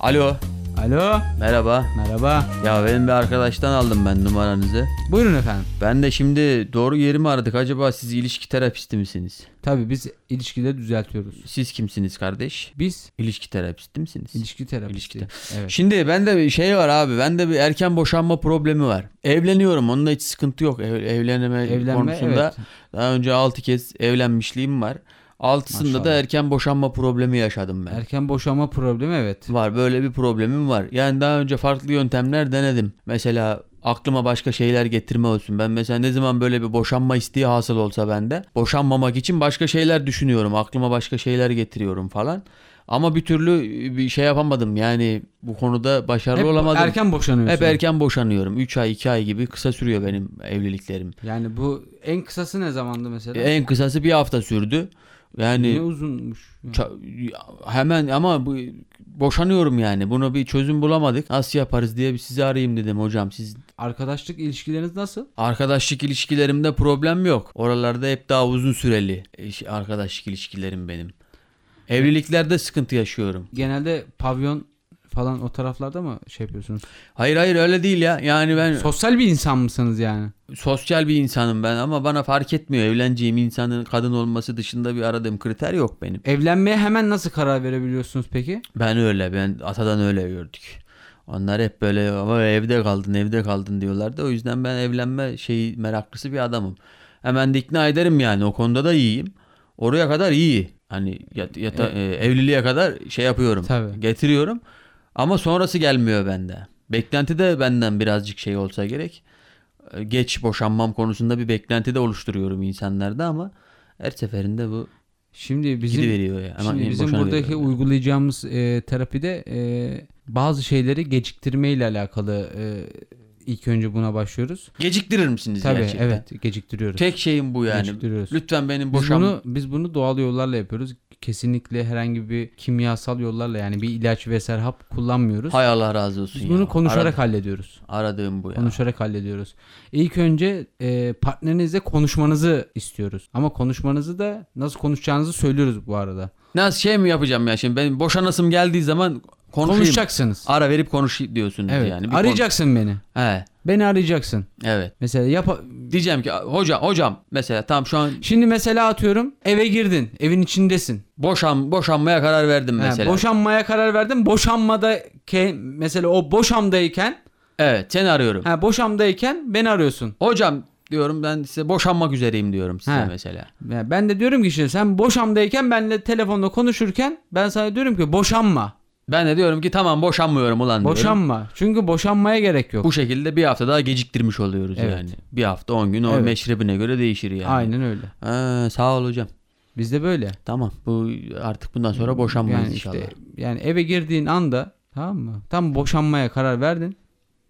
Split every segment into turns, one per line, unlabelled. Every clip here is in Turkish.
Alo.
Alo.
Merhaba.
Merhaba.
Ya benim bir arkadaştan aldım ben numaranızı.
Buyurun efendim.
Ben de şimdi doğru yeri mi aradık? Acaba siz ilişki terapisti misiniz?
Tabii biz ilişkide düzeltiyoruz.
Siz kimsiniz kardeş?
Biz
İlişki terapisti misiniz?
ilişki terapisti.
İlişki
Evet.
Şimdi bende bir şey var abi. Bende bir erken boşanma problemi var. Evleniyorum. Onunla hiç sıkıntı yok. Ev- evleneme,
Evlenme
Şey konusunda.
evet.
Daha önce 6 kez evlenmişliğim var. Altısında da
Maşallah.
erken boşanma problemi yaşadım ben.
Erken boşanma problemi evet.
Var böyle bir problemim var. Yani daha önce farklı yöntemler denedim. Mesela aklıma başka şeyler getirme olsun. Ben mesela ne zaman böyle bir boşanma isteği hasıl olsa bende boşanmamak için başka şeyler düşünüyorum. Aklıma başka şeyler getiriyorum falan. Ama bir türlü bir şey yapamadım. Yani bu konuda başarılı
Hep
olamadım.
erken boşanıyorsun.
Hep erken boşanıyorum. 3 ay 2 ay gibi kısa sürüyor benim evliliklerim.
Yani bu en kısası ne zamandı mesela?
En kısası bir hafta sürdü. Yani
Ne uzunmuş.
Ça- ya- hemen ama bu boşanıyorum yani. Buna bir çözüm bulamadık. Nasıl yaparız diye bir sizi arayayım dedim hocam. Siz
Arkadaşlık ilişkileriniz nasıl?
arkadaşlık ilişkilerimde problem yok. Oralarda hep daha uzun süreli iş- arkadaşlık ilişkilerim benim. Evliliklerde sıkıntı yaşıyorum.
Genelde pavyon falan o taraflarda mı şey yapıyorsunuz?
Hayır hayır öyle değil ya. Yani ben
Sosyal bir insan mısınız yani?
sosyal bir insanım ben ama bana fark etmiyor. Evleneceğim insanın kadın olması dışında bir aradığım kriter yok benim.
Evlenmeye hemen nasıl karar verebiliyorsunuz peki?
Ben öyle ben atadan öyle gördük. Onlar hep böyle ama evde kaldın evde kaldın diyorlardı. O yüzden ben evlenme şeyi meraklısı bir adamım. Hemen de ikna ederim yani o konuda da iyiyim. Oraya kadar iyi. Hani yat- yata- e, evliliğe kadar şey yapıyorum.
Tabii.
Getiriyorum. Ama sonrası gelmiyor bende. Beklenti de benden birazcık şey olsa gerek. E, Geç boşanmam konusunda bir beklenti de oluşturuyorum insanlarda ama her seferinde bu
Şimdi bizim
gidiveriyor ya. Ama
Şimdi bizim
boşanıveriyorum
buradaki
yani.
uygulayacağımız e, terapide e, bazı şeyleri geciktirme ile alakalı e, ilk önce buna başlıyoruz.
Geciktirir misiniz
Tabii
gerçekten?
evet geciktiriyoruz.
Tek şeyim bu yani.
Geciktiriyoruz.
Lütfen benim
Biz
boşan...
bunu biz bunu doğal yollarla yapıyoruz. Kesinlikle herhangi bir kimyasal yollarla yani bir ilaç ve serhap kullanmıyoruz.
Hay Allah razı olsun
Biz
ya.
bunu konuşarak
Aradı-
hallediyoruz.
aradığım bu ya.
Konuşarak hallediyoruz. İlk önce e, partnerinizle konuşmanızı istiyoruz. Ama konuşmanızı da nasıl konuşacağınızı söylüyoruz bu arada.
Nasıl şey mi yapacağım ya şimdi benim boşanasım geldiği zaman konuşayım.
Konuşacaksınız.
Ara verip konuş diyorsunuz
Evet.
yani. Bir
arayacaksın beni.
konu- He.
Beni arayacaksın.
Evet.
Mesela yap
Diyeceğim ki hoca hocam mesela tam şu an
Şimdi mesela atıyorum eve girdin. Evin içindesin.
boşan boşanmaya karar verdim
Ha,
mesela.
boşanmaya karar verdin. Boşanmada mesela o boşamdayken,
evet seni arıyorum.
ha boşamdayken beni arıyorsun.
Hocam diyorum ben size boşanmak üzereyim diyorum size
He.
mesela.
Ya ben de diyorum ki işte sen boşamdayken benle telefonla konuşurken ben sana diyorum ki boşanma.
Ben de diyorum ki tamam boşanmıyorum ulan diyorum.
Boşanma. Çünkü boşanmaya gerek yok.
Bu şekilde bir hafta daha geciktirmiş oluyoruz
Evet.
yani. Bir hafta 10 gün o
Evet.
meşrebine göre değişir yani.
Aynen öyle.
Ha, sağ ol hocam.
Bizde böyle.
Tamam. Bu artık bundan sonra boşanmayız
Yani
inşallah.
işte yani eve girdiğin anda tamam mı? Tam boşanmaya karar verdin.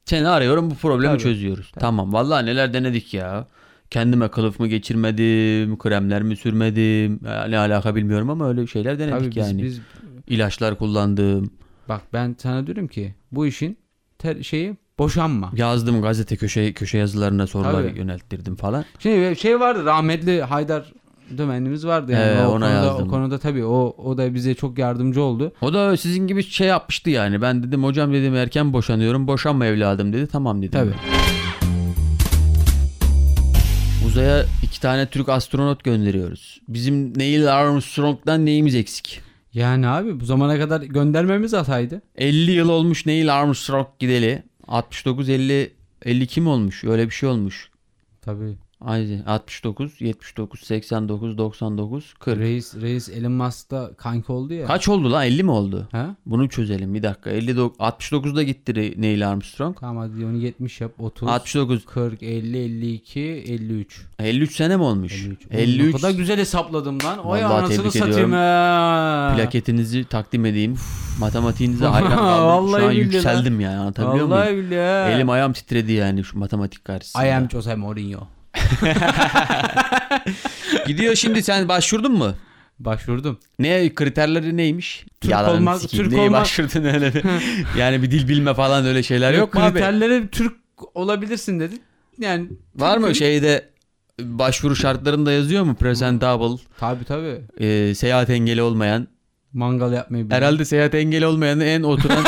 Seni arıyorum bu problemi
Tabii,
çözüyoruz. Tamam. Vallahi neler denedik ya. Kendime kılıf mı geçirmedim, kremler mi sürmedim, ya ne alaka bilmiyorum ama öyle şeyler denedik
Tabii biz,
yani.
biz
İlaçlar kullandım,
bak ben sana diyorum ki bu işin ter- şeyi boşanma.
yazdım gazete köşe köşe yazılarına sorular
Tabii.
yönelttirdim falan.
Şey şey vardı rahmetli Haydar Dömenimiz vardı yani.
Ee, ona
o, konuda,
yazdım.
o konuda tabii o, o da bize çok yardımcı oldu.
O da sizin gibi şey yapmıştı yani. Ben dedim hocam dedim erken boşanıyorum. Boşanma evladım dedi. Tamam dedim.
Tabii.
Uzaya iki tane Türk astronot gönderiyoruz. Bizim Neil Armstrong'dan neyimiz eksik?
Yani abi bu zamana kadar göndermemiz hataydı.
50 yıl olmuş Neil Armstrong gideli. 69 50 52 mi olmuş? Öyle bir şey olmuş.
Tabii.
Aynen 69 79 89 99 40.
Reis Reis Elon Musk'la kanka oldu ya.
Kaç oldu lan? 50 mi oldu?
Ha?
Bunu çözelim bir dakika. 59 69'da gitti Re- Neil Armstrong.
Tamam hadi onu 70 yap. 30,
69
40, 50, 52, 53.
53 sene mi olmuş?
53. Oğlum,
53.
Ne kadar güzel hesapladım lan. Oy
Vallahi
anasını
tebrik
satayım
ediyorum.
ha.
Plaketinizi takdim edeyim. Matematiğinize hayran kaldım. Şu
Vallahi
an
billahi
yükseldim yani anlatabiliyor muyum?
Vallahi billahi.
Elim ayağım titredi yani şu matematik karşısında.
I am Jose Mourinho.
Gidiyor şimdi sen başvurdun mu?
Başvurdum.
Ne kriterleri neymiş?
Türk
Yalanını
olmaz-
sikeyim.
Türk
Neyi
olmaz-
başvurdun öyle bir- yani bir dil bilme falan öyle şeyler yok mu abi?
Kriterlere Türk olabilirsin dedi. Yani
Var mı şeyde başvuru şartlarında yazıyor mu? Presentable,
Tabii tabii.
e, seyahat engeli olmayan,
Mangal yapmayı biliyor.
Herhalde seyahat engeli olmayan en oturan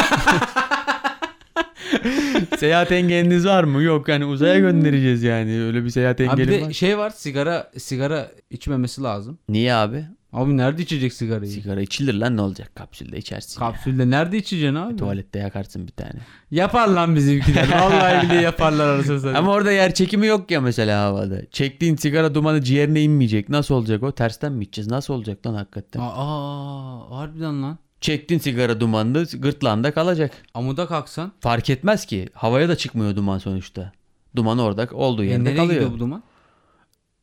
Seyahat engeliniz var mı? Yok yani uzaya göndereceğiz yani. Öyle Hmm. bir seyahat
Abi bir
engeli
de
var.
şey var sigara sigara içmemesi lazım.
Niye abi?
Abi nerede içecek sigarayı?
Sigara içilir lan ne olacak? Kapsülde içersin. ya.
Kapsülde nerede içeceksin abi?
Tuvalette yakarsın bir tane.
Yapar lan bizimkiler. Vallahi bile yaparlar arasını satayım.
Ama orada yer çekimi yok ya mesela havada. Çektiğin sigara dumanı ciğerine inmeyecek. Nasıl olacak o? Tersten mi içeceğiz? Nasıl olacak lan hakikaten?
Aa, harbiden lan.
Çektin sigara dumanını gırtlağında kalacak.
Amuda kalksan.
Fark etmez ki. Havaya da çıkmıyor duman sonuçta. Duman orada olduğu
e,
yerde
nereye
kalıyor.
gidiyor bu duman?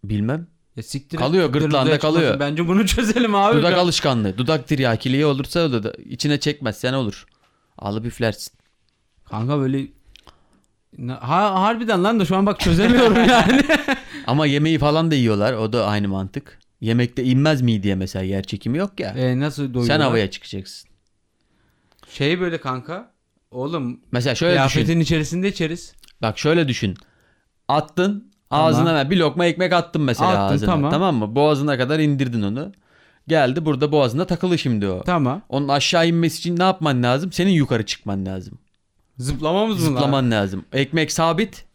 Bilmem.
Ya siktir. et,
Kalıyor,
siktir
gırtlağında
odaya çıkmasın.
kalıyor.
Bence bunu çözelim abi.
Dudak alışkanlığı. Dudak tiryakiliği olursa olur da içine çekmezsen olur. Alıp üflersin.
Kanka böyle Na- ha, harbiden lan da şu an bak çözemiyorum yani.
Ama yemeği falan da yiyorlar. O da aynı mantık. Yemekte inmez mideye mesela yer çekimi yok ya.
E, nasıl doyuyor?
Sen havaya çıkacaksın.
Şey böyle kanka. Oğlum
Mesela şöyle düşün.
kıyafetin içerisinde içeriz.
Bak şöyle düşün. Attın ağzına
Tamam.
ver. bir lokma ekmek attın mesela
Attın,
ağzına.
tamam.
Tamam. mı? Boğazına kadar indirdin onu. Geldi burada boğazında takılı şimdi o.
Tamam.
Onun aşağı inmesi için ne yapman lazım? Senin yukarı çıkman lazım.
Zıplamamız mı lan?
Zıplaman lazım. Ekmek sabit.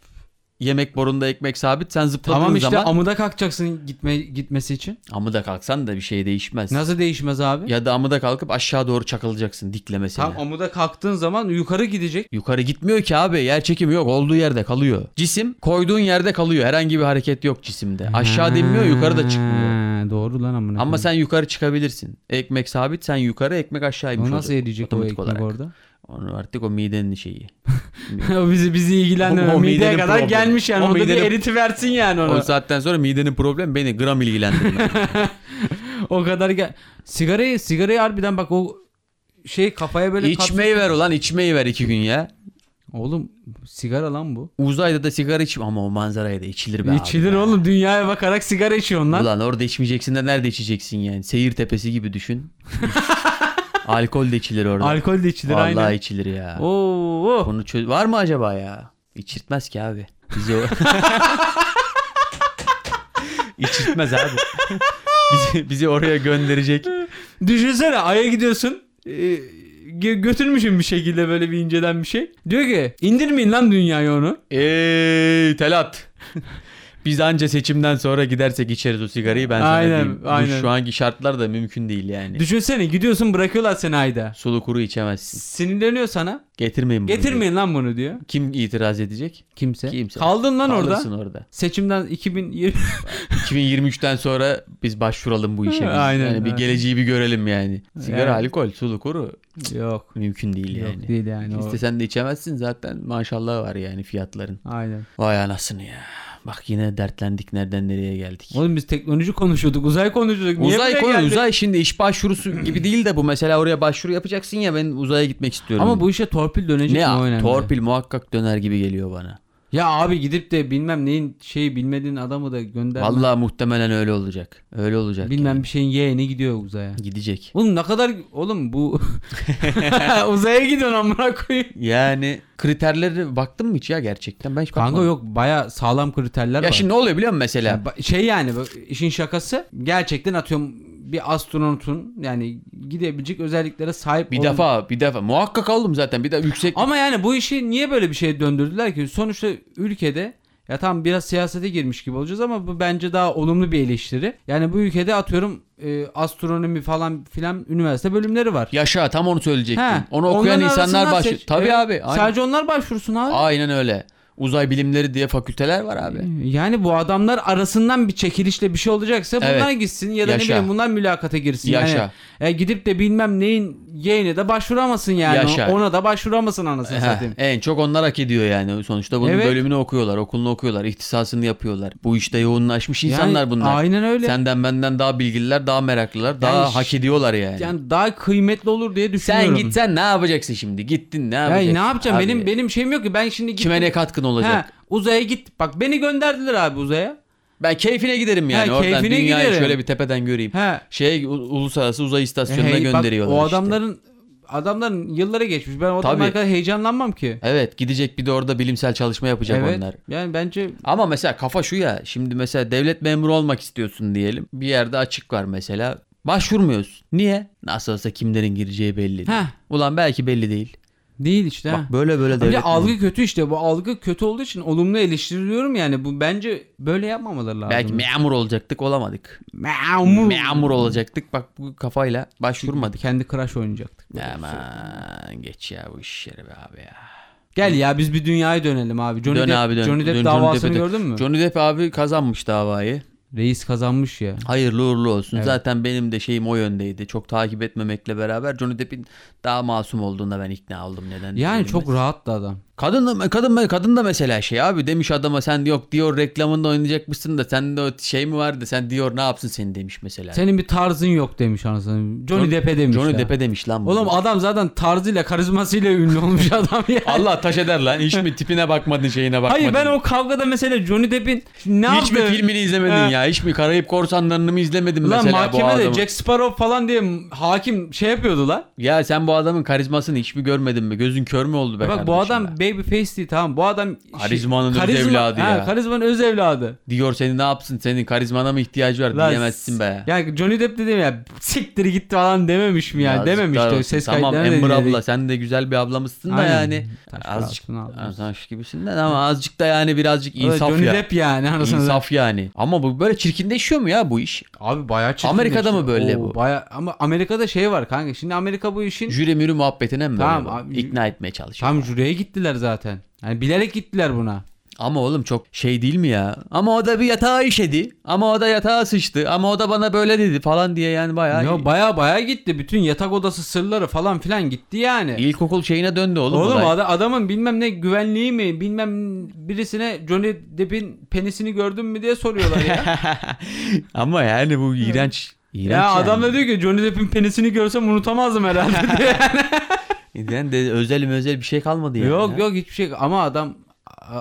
Yemek borunda ekmek sabit. Sen zıpladığın
Tamam işte
zaman
amuda kalkacaksın gitme gitmesi için.
amıda kalksan da bir şey değişmez.
Nasıl değişmez abi?
Ya da amıda kalkıp aşağı doğru çakılacaksın diklemesine.
Tam amuda kalktığın zaman yukarı gidecek.
Yukarı gitmiyor ki abi. Yer çekimi yok. Olduğu yerde kalıyor. Cisim koyduğun yerde kalıyor. Herhangi bir hareket yok cisimde.
Hmm.
Aşağı inmiyor, yukarı da çıkmıyor.
Ha, Doğru lan amına.
Ama
koyayım.
sen yukarı çıkabilirsin. Ekmek sabit, sen yukarı, ekmek aşağı inmiş
o nasıl
olacak
eriyecek o
otomatik
ekmek
olarak.
orada?
Onu artık o midenin şeyi.
o bizi bizi ilgilendirmiyor.
O- o
Mideye
midenin
kadar
problemi.
gelmiş yani.
O
Onda bir
midenin-
eriti versin yani ona.
o saatten sonra midenin problemi beni gram ilgilendirmiyor.
O kadar gel. Sigarayı sigarayı harbiden bak o şey kafaya böyle kaps-
içmeyi ver ulan içmeyi ver iki gün ya.
Oğlum sigara lan bu.
Uzayda da sigara içim ama o manzaraya da içilir be
İçilir
abi. ya.
oğlum dünyaya bakarak sigara içiyorsun lan.
Ulan orada içmeyeceksin de nerede içeceksin yani? Seyir tepesi gibi düşün. Alkol de içilir orada.
Alkol de içilir
Vallahi
aynen.
içilir ya.
Oo. oh.
Bunu çö- var mı acaba ya? İçirtmez ki abi. Bizi o... İçirtmez abi. bizi, bizi oraya gönderecek.
Düşünsene aya gidiyorsun. Ee, gö- götürmüşüm bir şekilde böyle bir inceden bir şey. Diyor ki indirmeyin lan dünyayı onu.
Ey Telat. Biz anca seçimden sonra gidersek içeriz o sigarayı ben sana
Aynen,
diyeyim. Bu
aynen.
Şu anki şartlar da mümkün değil yani.
Düşünsene gidiyorsun bırakıyorlar seni ayda.
Sulu kuru içemezsin.
Sinirleniyor sana.
Getirmeyin bunu. diyor.
Getirmeyin lan bunu diyor.
Kim itiraz edecek?
Kimse.
Kimse.
Kaldın lan
Kalırsın
orada.
orada.
Seçimden 2020
2023'ten sonra biz başvuralım bu işe. biz.
Aynen,
Yani bir
aynen.
geleceği bir görelim yani. Sigara,
Yani.
alkol, sulu kuru
yok.
mümkün değil
Yok
yani.
değil yani. o-
İstesen de içemezsin zaten maşallah var yani fiyatların.
Aynen.
Vay anasını ya. Bak yine dertlendik nereden nereye geldik.
Oğlum biz teknoloji konuşuyorduk, uzay konuşuyorduk. Niye
uzay
buraya
konu
geldik?
uzay şimdi iş başvurusu gibi değil de bu mesela oraya başvuru yapacaksın ya ben uzaya gitmek istiyorum.
Ama bu işe torpil dönecek mi o
ne
önemli.
torpil muhakkak döner gibi geliyor bana.
Ya abi gidip de bilmem neyin şeyi bilmediğin adamı da gönderme.
Vallahi muhtemelen öyle olacak. Öyle olacak.
bilmem
yani.
bir şeyin yeğeni gidiyor uzaya.
gidecek.
Oğlum ne kadar oğlum bu uzaya gidiyorsun amına koyayım.
Yani kriterlere baktın mı hiç ya gerçekten? Ben hiç
Kanka
bakmadım.
yok baya sağlam kriterler
Ya
var.
şimdi ne oluyor biliyor musun mesela?
Ya ba- şey yani bu işin şakası gerçekten atıyorum bir astronotun yani gidebilecek özelliklere sahip
Bir
olan-
defa bir defa muhakkak aldım zaten. Bir de yüksek
Ama yani bu işi niye böyle bir şeye döndürdüler ki? Sonuçta ülkede ya tam biraz siyasete girmiş gibi olacağız ama bu bence daha olumlu bir eleştiri. Yani bu ülkede atıyorum e, astronomi falan filan üniversite bölümleri var.
yaşa tam onu söyleyecektim.
He,
onu okuyan
onların
insanlar
arasından
baş.
seç-
Tabii
Evet,
abi. Aynen.
Sadece onlar başvursun abi.
aynen öyle. Uzay bilimleri diye fakülteler var
Hmm.
abi.
Yani bu adamlar arasından bir çekilişle bir şey olacaksa
Evet.
bunlar gitsin ya da ne
Yaşa.
bileyim bunlar mülakata girsin. Yani,
Yaşa.
e, gidip de bilmem neyin yeğene de başvuramasın yani.
Yaşa.
Ona da başvuramasın anasını
Heh,
satayım.
en çok onlar hak ediyor yani. Sonuçta bunun
Evet.
bölümünü okuyorlar, okulunu okuyorlar, ihtisasını yapıyorlar. Bu işte yoğunlaşmış insanlar
Yani
bunlar.
Aynen öyle.
Senden benden daha bilgililer, daha meraklılar, daha
Yani ş-
hak ediyorlar yani.
Yani daha kıymetli olur diye düşünüyorum.
Sen gitsen ne yapacaksın şimdi? Gittin ne
Ya
yapacaksın?
ne yapacağım?
Abi,
Benim benim şeyim yok ki. Ben şimdi gittim.
kime ne katkın olacak?
Ha, uzaya git. Bak beni gönderdiler abi uzaya.
Ben keyfine giderim yani.
Ha,
Oradan
keyfine
dünyayı
giderim.
şöyle bir tepeden göreyim.
He.
Şey u- uluslararası uzay istasyonuna
Hey, bak,
gönderiyorlar
o
işte.
adamların adamların yılları geçmiş. Ben o
Tabii.
adamlar kadar heyecanlanmam ki.
Evet gidecek bir de orada bilimsel çalışma yapacak
evet.
onlar.
Yani bence
Ama mesela kafa şu ya şimdi mesela devlet memuru olmak istiyorsun diyelim. Bir yerde açık var mesela Başvurmuyorsun. Niye? Nasıl olsa kimlerin gireceği belli. değil.
Heh,
Ulan belki belli değil.
değil işte. ha.
Bak böyle böyle
Bir de
devlet.
algı kötü işte. Bu algı kötü olduğu için olumlu eleştiriliyorum yani. Bu bence böyle yapmamaları lazım.
Belki memur olacaktık olamadık.
memur.
Memur olacaktık bak bu kafayla başvurmadık.
Kendi crush oynayacaktık.
Aman geç ya bu iş yeri be abi ya.
Gel ya biz bir dünyaya dönelim abi. Johnny
Dön
Depp,
abi dön.
Johnny Depp
Dön, Johnny
davasını
Depp'e dön.
gördün mü?
Johnny Depp abi kazanmış davayı.
Reis kazanmış ya.
Hayırlı uğurlu olsun.
Evet.
Zaten benim de şeyim o yöndeydi. Çok takip etmemekle beraber Johnny Depp'in daha masum olduğuna ben ikna oldum neden.
Yani
bilmiyorum.
çok rahat da adam.
Kadın da, kadın da- kadın da mesela şey abi demiş adama sen yok diyor reklamında oynayacakmışsın da sende o şey mi vardı sen diyor ne yapsın seni demiş mesela.
Senin bir tarzın yok demiş anasını. Johnny
John-
Depp'e demiş
Johnny
ya.
Depp'e demiş lan bu.
Oğlum adam zaten tarzıyla karizmasıyla ünlü olmuş adam ya.
Allah taş eder lan. Hiç mi tipine bakmadın şeyine bakmadın?
Hayır ben o kavgada mesela Johnny Depp'in ne
Hiç mi
yaptığı-
filmini izlemedin
He.
ya? Hiç mi Karayip Korsanlarını mı izlemedin
Lan
mesela bu
mahkemede
adamı?
Jack Sparrow falan diye hakim şey yapıyordu lan.
Ya sen bu adamın karizmasını hiç mi görmedin mi? Gözün kör mü oldu be
Bak bu
kardeşim
adam
be?
baby face değil tamam bu adam şey-
Karizmanın öz evladı
Ha,
ya.
karizmanın öz evladı.
Diyor seni ne yapsın? Senin karizmana mı ihtiyacı var?
Lan
Diyemezsin be.
Yani Johnny Depp dedim ya siktir git falan dememiş mi yani
Yazıklar
dememiş de
olsun.
ses
Tamam
kayıtlarına da
Amber
dinledik.
abla sen de güzel bir ablamışsın da
Aynen.
yani.
Taş
Azıcık
altına aldım.
azıcık gibisin de ama azıcık da yani birazcık
O da
insaf
Johnny
ya.
Depp yani anasını.
İnsaf yani. Ama bu böyle çirkinleşiyor mu ya bu iş?
Abi bayağı çirkin.
Amerika'da
işte.
mı böyle
Oo,
bu?
Bayağı ama Amerika'da şey var kanka. Şimdi Amerika bu işin
Jüri mürü muhabbetine mi
Tamam
böyle bu?
abi, jü-
İkna etmeye çalışıyor.
tam jüriye gittiler zaten. Yani bilerek gittiler buna.
Ama oğlum çok şey değil mi ya? Ama o da bir yatağa işedi. Ama o da yatağa sıçtı. Ama o da bana böyle dedi falan diye yani bayağı.
Ya baya baya gitti. Bütün yatak odası sırları falan filan gitti yani.
İlkokul şeyine döndü oğlum.
Oğlum
olay.
ada- adamın bilmem ne güvenliği mi bilmem birisine Johnny Depp'in penisini gördün mü diye soruyorlar ya.
Ama yani bu iğrenç. İğrenç
ya
yani.
adam da diyor ki Johnny Depp'in penisini görsem unutamazdım herhalde diye.
Yani de özel özel bir şey kalmadı yani.
yok
ya.
yok hiçbir şey ama adam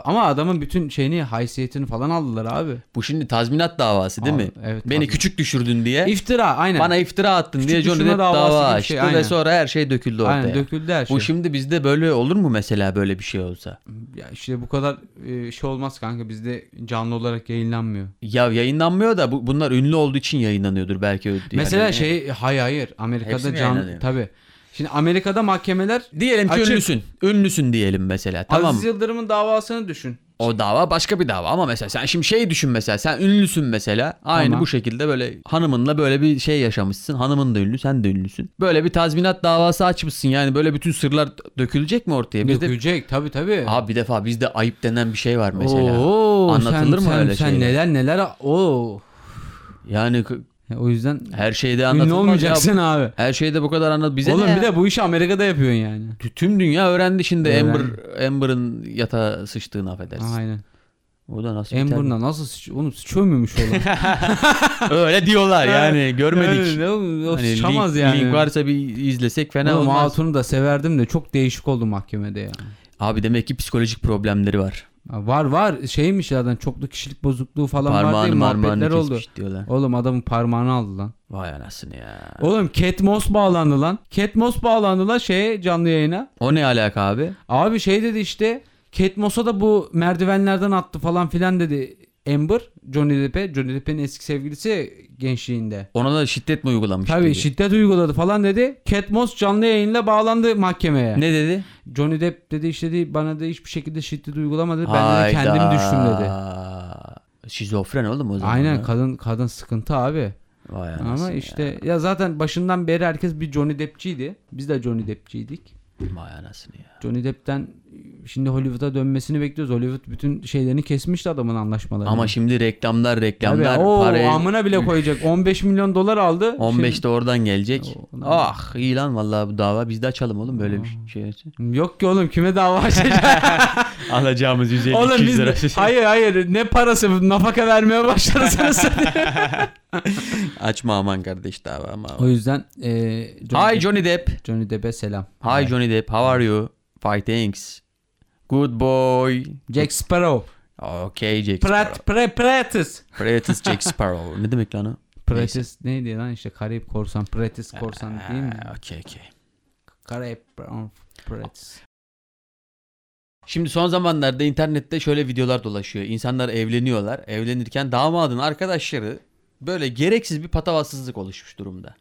ama adamın bütün şeyini haysiyetini falan aldılar abi.
Bu şimdi tazminat davası değil
Abi,
mi?
evet,
Beni
tazminat.
küçük düşürdün diye.
İftira aynen.
E, Bana iftira attın
Küçük
diye Johnny
düşürme
Depp
davası
dava
gibi bir
açtı
şey, aynen.
ve sonra her şey döküldü ortaya.
aynen döküldü her şey.
Bu şimdi bizde böyle olur mu mesela böyle bir şey olsa?
Ya işte bu kadar e, şey olmaz kanka bizde canlı olarak yayınlanmıyor.
Ya yayınlanmıyor da bu, bunlar ünlü olduğu için yayınlanıyordur belki. öyle-
Mesela
yani-
şey hayır hayır Amerika'da
Hepsini
canlı
yayınlanıyor.
tabi. Şimdi Amerika'da mahkemeler
Diyelim ki
Açık.
ünlüsün. Ünlüsün diyelim mesela. Tamam.
Aziz Yıldırım'ın davasını düşün.
O dava başka bir dava ama mesela sen şimdi şey düşün mesela. Sen ünlüsün mesela. Aynı
Tamam.
bu şekilde böyle hanımınla böyle bir şey yaşamışsın. Hanımın da ünlü, sen de ünlüsün. Böyle bir tazminat davası açmışsın. Yani böyle bütün sırlar dökülecek mi ortaya? Bizde
Dökülecek tabi tabi.
Abi bir defa bizde ayıp denen bir şey var mesela.
Oo,
Anlatılır
sen,
mı
sen,
öyle
sen
şeyler?
neler neler oo.
Yani k-
Ya O yüzden
her şeyde
ünlü
anlatılmaz. ya.
olmayacaksın abi.
Her şeyde bu kadar anlat. Bize
Oğlum
ne ya?
bir de bu işi Amerika'da yapıyorsun yani.
Tüm dünya öğrendi şimdi
Öğrendi.
Amber Amber'ın yatağa sıçtığını affedersin.
Aynen.
O da nasıl biter
Amber'la nasıl sıç oğlum sıçıyor muymuş oğlum?
Öyle diyorlar yani görmedik.
Yani, oğlum, o
Hani link,
sıçamaz yani.
link varsa bir izlesek fena
Oğlum
olmaz.
Hatun'u da severdim de çok değişik oldu mahkemede ya.
Abi demek ki psikolojik problemleri var.
Ya Var var şeymiş zaten çoklu kişilik bozukluğu falan var diye
Parmağını
muhabbetler
marmağını
oldu.
kesmiş diyorlar.
Oğlum adamın parmağını aldı lan.
Vay anasını ya.
Oğlum Cat Moss bağlandı lan. Cat Moss bağlandı lan şeye canlı yayına.
O ne alaka abi?
Abi şey dedi işte Cat Moss'a da bu merdivenlerden attı falan filan dedi. Amber Johnny Depp'e Johnny Depp'in eski sevgilisi gençliğinde.
Ona da şiddet mi uygulamış?
Tabii
dedi?
şiddet uyguladı falan dedi. Cat Moss canlı yayınla bağlandı mahkemeye.
Ne dedi?
Johnny Depp dedi işte dedi, bana da hiçbir şekilde şiddet uygulamadı. Ben dedi, kendim düştüm dedi.
Hayda. Şizofren oğlum o zaman.
Aynen
ya.
kadın kadın sıkıntı abi.
Vay
Ama
anasını
işte ya. zaten başından beri herkes bir Johnny Depp'çiydi. Biz de Johnny Depp'çiydik.
ya. Vay anasını ya.
Johnny Depp'ten şimdi Hollywood'a dönmesini bekliyoruz. Hollywood bütün şeylerini kesmişti adamın anlaşmalarını.
Ama şimdi reklamlar
Tabii,
reklamlar
oo,
parayı
amına bile koyacak. 15 milyon dolar aldı.
15 de oradan gelecek.
Oo, ulan.
Ah iyi lan vallahi bu dava biz de açalım oğlum böyle bir şey.
Şimdi- Yok ki oğlum kime dava açacak?
Alacağımız 150
oğlum biz hayır hayır ne parası nafaka vermeye başlarsanız.
Açma aman kardeş dava ama.
o yüzden e,
Hi
Johnny, Depp,
Johnny Depp.
Johnny Depp'e selam.
Hi Johnny Depp. How are you? Fine thanks. Good boy.
Jack Sparrow.
Okay Jack Sparrow.
Prat, pre, pratis.
Pratis Jack Sparrow. Ne demek lan o?
Pratis neydi lan işte Karayip Korsan, Pratis Korsan değil mi?
Aa, Okey okey.
Karayip Brown Pratis.
Şimdi son zamanlarda internette şöyle videolar dolaşıyor. İnsanlar evleniyorlar. Evlenirken damadın arkadaşları böyle gereksiz bir patavatsızlık oluşmuş durumda.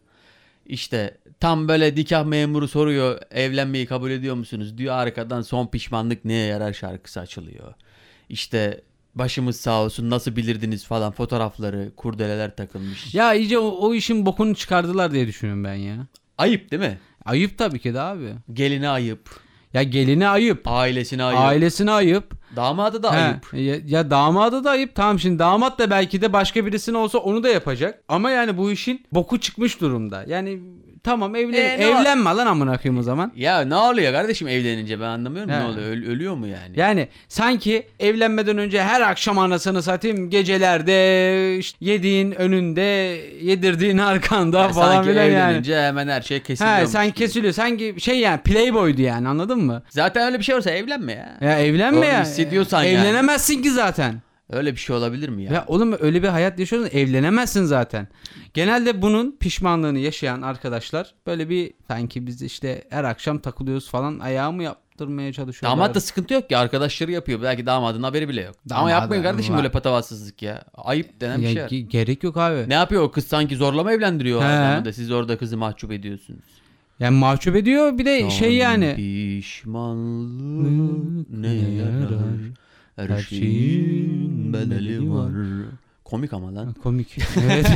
İşte tam böyle nikah memuru soruyor evlenmeyi kabul ediyor musunuz diyor arkadan son pişmanlık neye yarar şarkısı açılıyor. İşte başımız sağ olsun nasıl bilirdiniz falan fotoğrafları kurdeleler takılmış.
Ya iyice o, o işin bokunu çıkardılar diye düşünüyorum ben ya.
Ayıp değil mi?
Ayıp tabii ki de abi.
Geline ayıp,
Ya geline ayıp.
ailesine ayıp,
Ailesine ayıp.
damada da
He,
ayıp.
Ya, ya damada da ayıp. Tamam şimdi damat da belki de başka birisine olsa onu da yapacak. Ama yani bu işin boku çıkmış durumda. Yani tamam evlen
E, ne var?
evlenme lan amına koyayım o zaman.
Ya ne oluyor kardeşim evlenince ben anlamıyorum
He.
ne oluyor Öl- ölüyor mu yani?
Yani sanki evlenmeden önce her akşam anasını satayım gecelerde işte yediğin önünde yedirdiğin arkanda
Yani
falan
sanki
filan yani.
evlenince hemen her şey kesiliyormuş.
He, sen
gibi.
kesiliyor. Sanki şey yani playboydu yani anladın mı?
Zaten öyle bir şey olsa evlenme ya.
Ya evlenme
Doğru
ya.
hissediyorsan yani.
Evlenemezsin ki zaten.
Öyle bir şey olabilir mi ya?
Ya oğlum öyle bir hayat yaşıyorsun evlenemezsin zaten. Genelde bunun pişmanlığını yaşayan arkadaşlar böyle bir sanki biz işte her akşam takılıyoruz falan ayağımı yaptırmaya çalışıyorlar.
Damat da sıkıntı yok ki arkadaşları yapıyor. Belki damadın haberi bile yok. Ama
Damadın
yapmayın kardeşim
var.
böyle patavatsızlık ya. Ayıp denen bir
Ya
şey. var.
ge- gerek yok abi.
Ne yapıyor o kız sanki zorlama evlendiriyor o
He.
adamı da siz orada kızı mahcup ediyorsunuz.
Yani mahcup ediyor bir de şey
Son
yani.
Pişmanlık ne yarar? Her şeyin bedeli var. Komik ama lan.
Komik. Evet.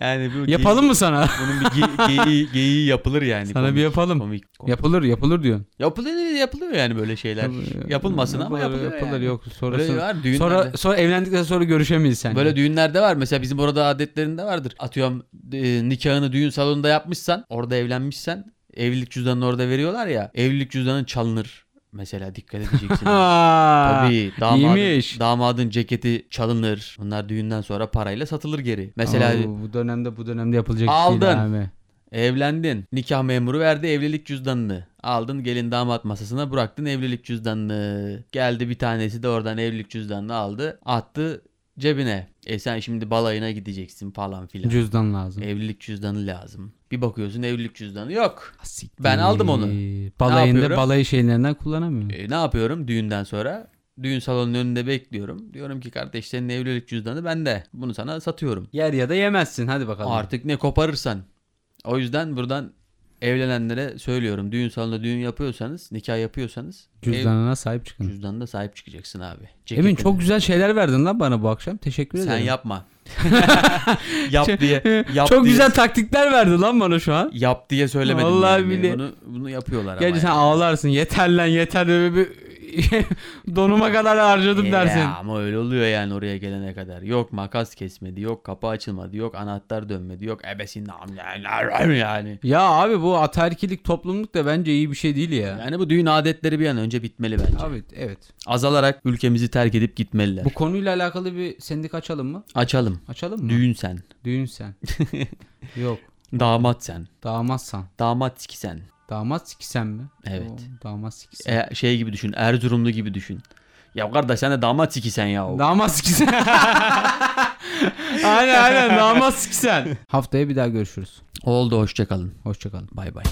yani bu
yapalım mı sana?
Bunun bir ge- geyiği, geyiği yapılır yani.
Sana bir yapalım.
Komik. komik.
yapılır yapılır diyorsun.
yapılıyor, yapılıyor yani böyle şeyler. Yapılmasın ama yapılıyor.
Yapılır
yani.
yok
Böyle
sonrası.
var düğünlerde.
Sonra, sonra evlendikten sonra görüşemeyiz sen.
Böyle düğünlerde var. Mesela bizim orada adetlerinde vardır. Atıyorum e, nikahını düğün salonunda yapmışsan, orada evlenmişsen evlilik cüzdanını orada veriyorlar ya. Evlilik cüzdanı çalınır. Mesela dikkat edeceksin. Tabii damadın,
iyiymiş.
damadın ceketi çalınır. Bunlar düğünden sonra parayla satılır geri. Mesela
bu dönemde bu dönemde yapılacak
Aldın.
iş değil abi.
Evlendin. Nikah memuru verdi evlilik cüzdanını. Aldın gelin damat masasına bıraktın evlilik cüzdanını. Geldi bir tanesi de oradan evlilik cüzdanını aldı. Attı cebine. E sen şimdi balayına gideceksin falan filan.
Cüzdan lazım.
evlilik cüzdanı lazım. Bir bakıyorsun evlilik cüzdanı yok.
Siktir.
Ben aldım onu. Ne
Balayında
yapıyorum?
balayı şeylerinden kullanamıyorum.
E, ne yapıyorum düğünden sonra? Düğün salonunun önünde bekliyorum. Diyorum ki kardeş senin evlilik cüzdanı bende. Bunu sana satıyorum.
Yer ya da yemezsin hadi bakalım.
Artık ne koparırsan. O yüzden buradan evlenenlere söylüyorum. Düğün salonunda düğün yapıyorsanız, nikah yapıyorsanız
Cüzdanına sahip
ev,
çıkın.
cüzdanında sahip çıkacaksın abi. Ceketine.
Emin çok güzel şeyler verdin lan bana bu akşam. Teşekkür
sen
ederim.
yapma. yap diye yap
Çok
diye,
güzel taktikler verdin lan bana şu an.
yap diye söylemedim.
Vallahi
yani.
bile.
Bunu bunu yapıyorlar
Gerçi sen
ama.
ağlarsın. Yeter lan yeter. Böyle bir donuma kadar harcadım
yani.
dersin.
Ya ama öyle oluyor yani oraya gelene kadar. Yok makas kesmedi, yok kapı açılmadı, yok anahtar dönmedi, yok ebesin yani.
Ya abi bu ataerkilik toplumluk da bence iyi bir şey değil ya.
Yani bu düğün adetleri bir an önce bitmeli bence.
Abi evet.
Azalarak ülkemizi terk edip gitmeliler.
Bu konuyla alakalı bir sendika açalım mı?
Açalım.
Açalım mı?
Düğün sen.
Düğün sen. Yok.
Damat sen.
Damatsan.
Damat siki sen.
Damat sikisen mi?
Evet.
O, damat sikisen.
E, şey gibi düşün. Erzurumlu gibi düşün. Ya kardeş sen de damat siki sen ya.
Damat sikisen. aynen aynen damat sikisen. Haftaya bir daha görüşürüz.
Oldu hoşçakalın.
Hoşçakalın.
Bay bay.